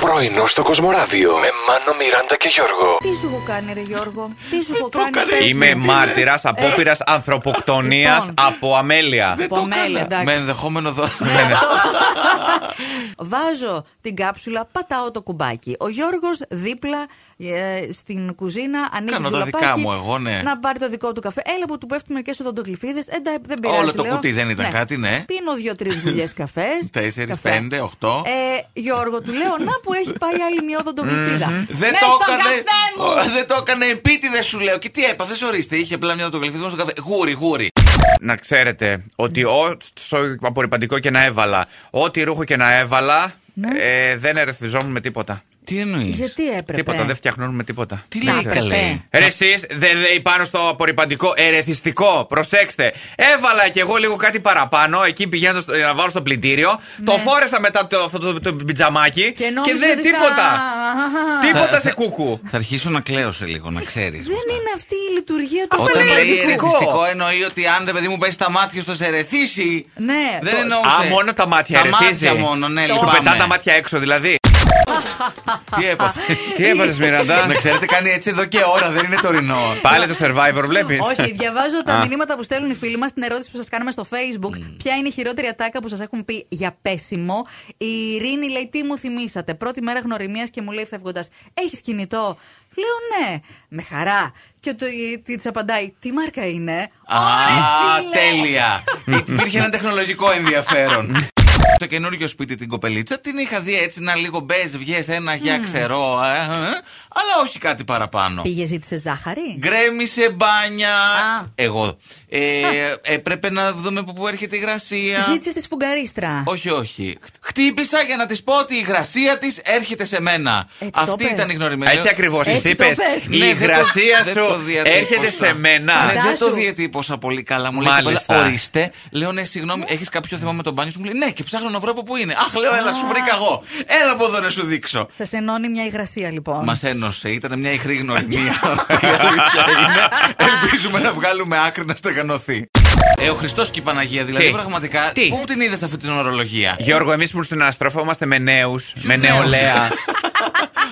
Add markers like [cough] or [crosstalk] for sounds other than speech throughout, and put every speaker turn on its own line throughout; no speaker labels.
Πρωινό στο Κοσμοράδιο με Μάνο, Μιράντα και Γιώργο.
Τι σου έχω κάνει, ρε Γιώργο, τι σου έχω
Ε, Το
κάνει.
έκανες. Ε,
πες μου.
Είμαι μάρτυρα απόπειρας ανθρωποκτονίας
Λοιπόν.
από αμέλεια.
Δεν
Από
το
μέλη,
έκανα.
εντάξει. Ναι.
Με
[laughs]
ενδεχόμενο δώρο. [laughs]
Βάζω την κάψουλα, πατάω το κουμπάκι. Ο Γιώργος δίπλα ε, στην κουζίνα ανοίγει
Κάνω
το
τα δικά
λαπάκι
μου, εγώ, ναι.
Να πάρει το δικό του καφέ. Έλα που του πέφτουν μερικέ οδοντογλυφίδε. Ε, ντα- δεν πειράζει.
Όλο το
λέω.
κουτί δεν ήταν
Ναι.
κάτι, ναι.
Πίνω δύο-τρει δουλειές
[laughs]
καφές.
Τέσσερις, πέντε, οχτώ.
Ε, Γιώργο, του λέω να που έχει πάει άλλη
[laughs]
μια οδοντογλυφίδα.
Δεν
Μες
το,
Ναι, στον
έκανε,
καφέ μου!
Ο, δεν το έκανε επίτηδε, σου λέω. Και τι έπαθε, ορίστε. Είχε απλά μια οτογλυφίδα στο καφέ. Γούρι, γούρι.
Να ξέρετε ότι όσο απορριπαντικό και να έβαλα, ό,τι ρούχο και να έβαλα, ε, δεν ερεθιζόμουν με τίποτα.
Τι εννοείς.
Γιατί ε- έπρεπε.
Τίποτα, δεν φτιαχνώνουν με τίποτα.
Τι
Να,
λέει, καλέ.
καφέ.
Ρε εσείς, δεν λέει πάνω στο απορριπαντικό ερεθιστικό. Προσέξτε. Έβαλα κι εγώ λίγο κάτι παραπάνω εκεί πηγαίνω στο- να βάλω στο πλυντήριο. Το φόρεσα μετά το, αυτό το, το, πιτζαμάκι.
Και νόμιζες
δεν
ότι θα-
τίποτα.
Θα-
τίποτα σε
θα-
κούκου.
Θα αρχίσω να κλαίω σε λίγο, να ξέρεις.
Δεν είναι αυτή η λειτουργία του
Όταν
φαλέου.
λέει
λέει
ερεθιστικό.
ερεθιστικό εννοεί ότι αν ρε παιδί μου πέσει τα μάτια στο σε ερεθίσει.
Ναι,
δεν
το-
εννοούσε.
Α, μόνο τα μάτια
Τα
ερεθίζει.
μάτια μόνο, ναι,
Σου
λυπάμαι.
πετά τα μάτια έξω
[laughs]
δηλαδή.
Τι έπαθες.
Τι έβαλες Μιραντά.
Να ξέρετε, κάνει έτσι εδώ και ώρα, δεν είναι τωρινό.
Πάλι το survivor βλέπεις.
Όχι, διαβάζω τα
Α.
μηνύματα που στέλνουν οι φίλοι μας, την ερώτηση που σας κάναμε στο Facebook. Ποια είναι η χειρότερη ατάκα που σας έχουν πει για πέσιμο. Η Ειρήνη λέει: Τι μου θυμήσατε. Πρώτη μέρα γνωριμίας και μου λέει φεύγοντας: Έχεις κινητό. Λέω ναι, με χαρά. Και το, της απαντάει: Τι μάρκα είναι.
Α, τέλεια. Υπήρχε ένα τεχνολογικό ενδιαφέρον. Το καινούριο σπίτι την κοπελίτσα την είχα δει έτσι να λίγο μπες, βγες ένα για ξερό, ε, ε, ε, αλλά όχι κάτι παραπάνω.
Πήγες, ζήτησες ζάχαρη.
Γκρέμισε μπάνια.
Α.
Εγώ. Ε, έπρεπε να δούμε από πού έρχεται η γρασία.
Ζήτησες τη σφουγγαρίστρα.
Όχι, όχι. Χτύπησα για να της πω ότι η γρασία της έρχεται σε μένα.
Έτσι το
Αυτή
πες.
ήταν η γνωριμία.
Έτσι ακριβώς
Έτσι
τη
το
είπες.
πες.
Η
Ναι, δεν το-
υγρασία
δεν το
σου
διατύπωσα.
έρχεται σε
Ναι,
μένα.
Φαντά-
δεν το
σου.
διατύπωσα πολύ καλά. Μου λέει
Μάλιστα.
«Κοπέλα, ορίστε. Λέω ναι, συγγνώμη, έχεις κάποιο θέμα με τον μπάνιο σου. Μου λέει ναι, και ψάχνω να βρω από πού είναι. Αχ, λέω, έλα, σου βρήκα εγώ. Έλα από εδώ να σου δείξω.
Σα ενώνει μια υγρασία λοιπόν.
Μας ένωσε, ήταν μια ιχρή
[laughs]
γνωριμία. Αυτή η αλήθεια είναι. Ελπίζουμε να βγάλουμε άκρη να στεγανωθεί. Ε, ο Χριστός και η Παναγία, δηλαδή
Τι?
πραγματικά.
Τι?
Πού την είδες αυτή την ορολογία.
Γιώργο, εμείς που στην αστροφόμαστε με νέους, με νεολαία.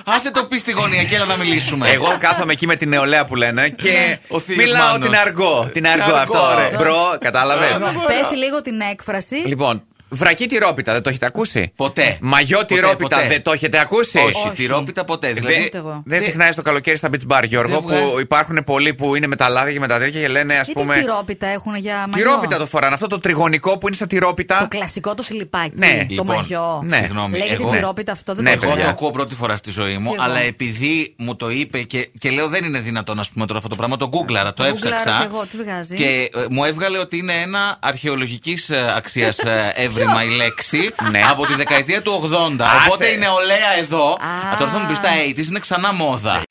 Άσε το πεις στη γωνία και έλα να μιλήσουμε.
Εγώ κάθομαι εκεί με την νεολαία που λένε και
Ναι. Ο θείος
μιλάω
Μάνος.
την αργό. Την αργό
Αργό.
αυτό, ρε. Μπρο, κατάλαβες.
Πέσει λίγο την έκφραση.
Λοιπόν, βρακή τυρόπιτα δεν το έχετε ακούσει.
Ποτέ.
Μαγιό
Ποτέ,
τυρόπιτα
ποτέ.
δεν το έχετε ακούσει.
Όχι,
Όχι.
τυρόπιτα ποτέ.
Δεν-
Δηλαδή,
ούτε εγώ.
Δεν
Τι-
συχνάει στο καλοκαίρι στα beach bar, Γιώργο,
Δεν βγάζεις-
που υπάρχουν πολλοί που είναι με τα λάδια και με τα τέτοια και λένε, ας
Γιατί
πούμε.
τυρόπιτα έχουν για μαγιό.
Τυρόπιτα το φοράνε. Αυτό το τριγωνικό που είναι στα
Το
τυρόπιτα.
κλασικό το σιλιπάκι.
Ναι,
το
λοιπόν,
μαγιό.
ναι.
Συγγνώμη,
Λέγεται
εγώ-
τυρόπιτα αυτό, δεν
Ναι,
το
Εγώ
ξέρω.
το
παιδιά.
ακούω πρώτη φορά στη ζωή μου,
Και εγώ.
αλλά επειδή μου το είπε και, και λέω δεν είναι δυνατόν να πούμε τώρα αυτό το πράγμα, το γκούγκλαρα, το
Το γκούγκλαρα
έψαξα.
κι εγώ, τι βγάζει?
Και ε, μου έβγαλε ότι είναι ένα αρχαιολογικής αξίας ε,
[laughs]
έβριμα η λέξη
Ναι.
από τη δεκαετία του 80.
Άσε.
Οπότε η νεολαία εδώ.
Α. Ναι.
Α, τώρα θα μου πεις τα 80 είναι ξανά μόδα.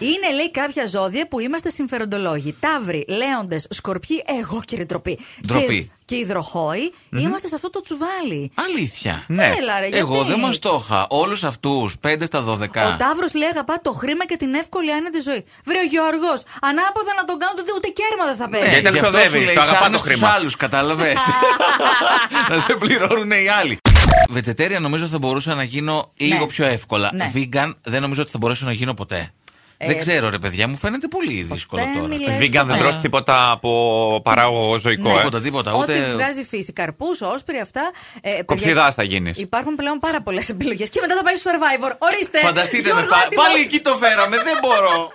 Είναι λέει κάποια ζώδια που είμαστε συμφεροντολόγοι. Ταύροι, λέοντες, σκορπιοί, εγώ κύριε ντροπή.
Ντροπή.
Και, και υδροχόοι, είμαστε σε αυτό το τσουβάλι.
Αλήθεια.
Ναι.
Έλα, ρε,
Εγώ
γιατί?
δεν μας το είχα. Όλους αυτούς, 5 στα 12.
Ο Ταύρος λέει αγαπά το χρήμα και την εύκολη άνετη ζωής. Βρε ο Γιώργος, ανάποδα να τον κάνω τότε ούτε κέρμα δεν θα
Ναι,
πέσει.
Γιατί τα
γι' αυτό
ξοδεύει,
σου λέει,
το αγαπά
ψάχνεις
το χρήμα.
Στους άλλους,
[laughs]
κατάλαβες. να σε πληρώνουν οι άλλοι. Βετετέρια νομίζω θα μπορούσα να γίνω λίγο πιο εύκολα.
Ναι.
Vegan δεν νομίζω ότι θα μπορέσω να γίνω ποτέ.
Ε,
δεν ξέρω ρε παιδιά, μου φαίνεται πολύ δύσκολο
ποτέ
τώρα.
μιλάς.
Βίγκαν δεν
Ναι.
τρώσει τίποτα από παράγωγο ζωικό, ε.
Τίποτα, τίποτα.
Ό,τι
Ούτε...
βγάζει φύση, καρπούς, όσπρια, αυτά. Ε, παιδιά,
Κοψιδάς θα γίνεις.
Υπάρχουν πλέον πάρα πολλές επιλογές. Και μετά θα πάει στο survivor. Ορίστε!
Φανταστείτε με,
Γιώργο,
πα-
έτοιμος.
πάλι εκεί το φέραμε, δεν μπορώ.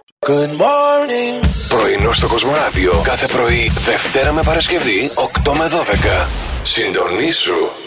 Πρωινό στο Κοσμοράδιο κάθε πρωί, Δευτέρα με Παρασκευή, 8 με 12. Συντονίσου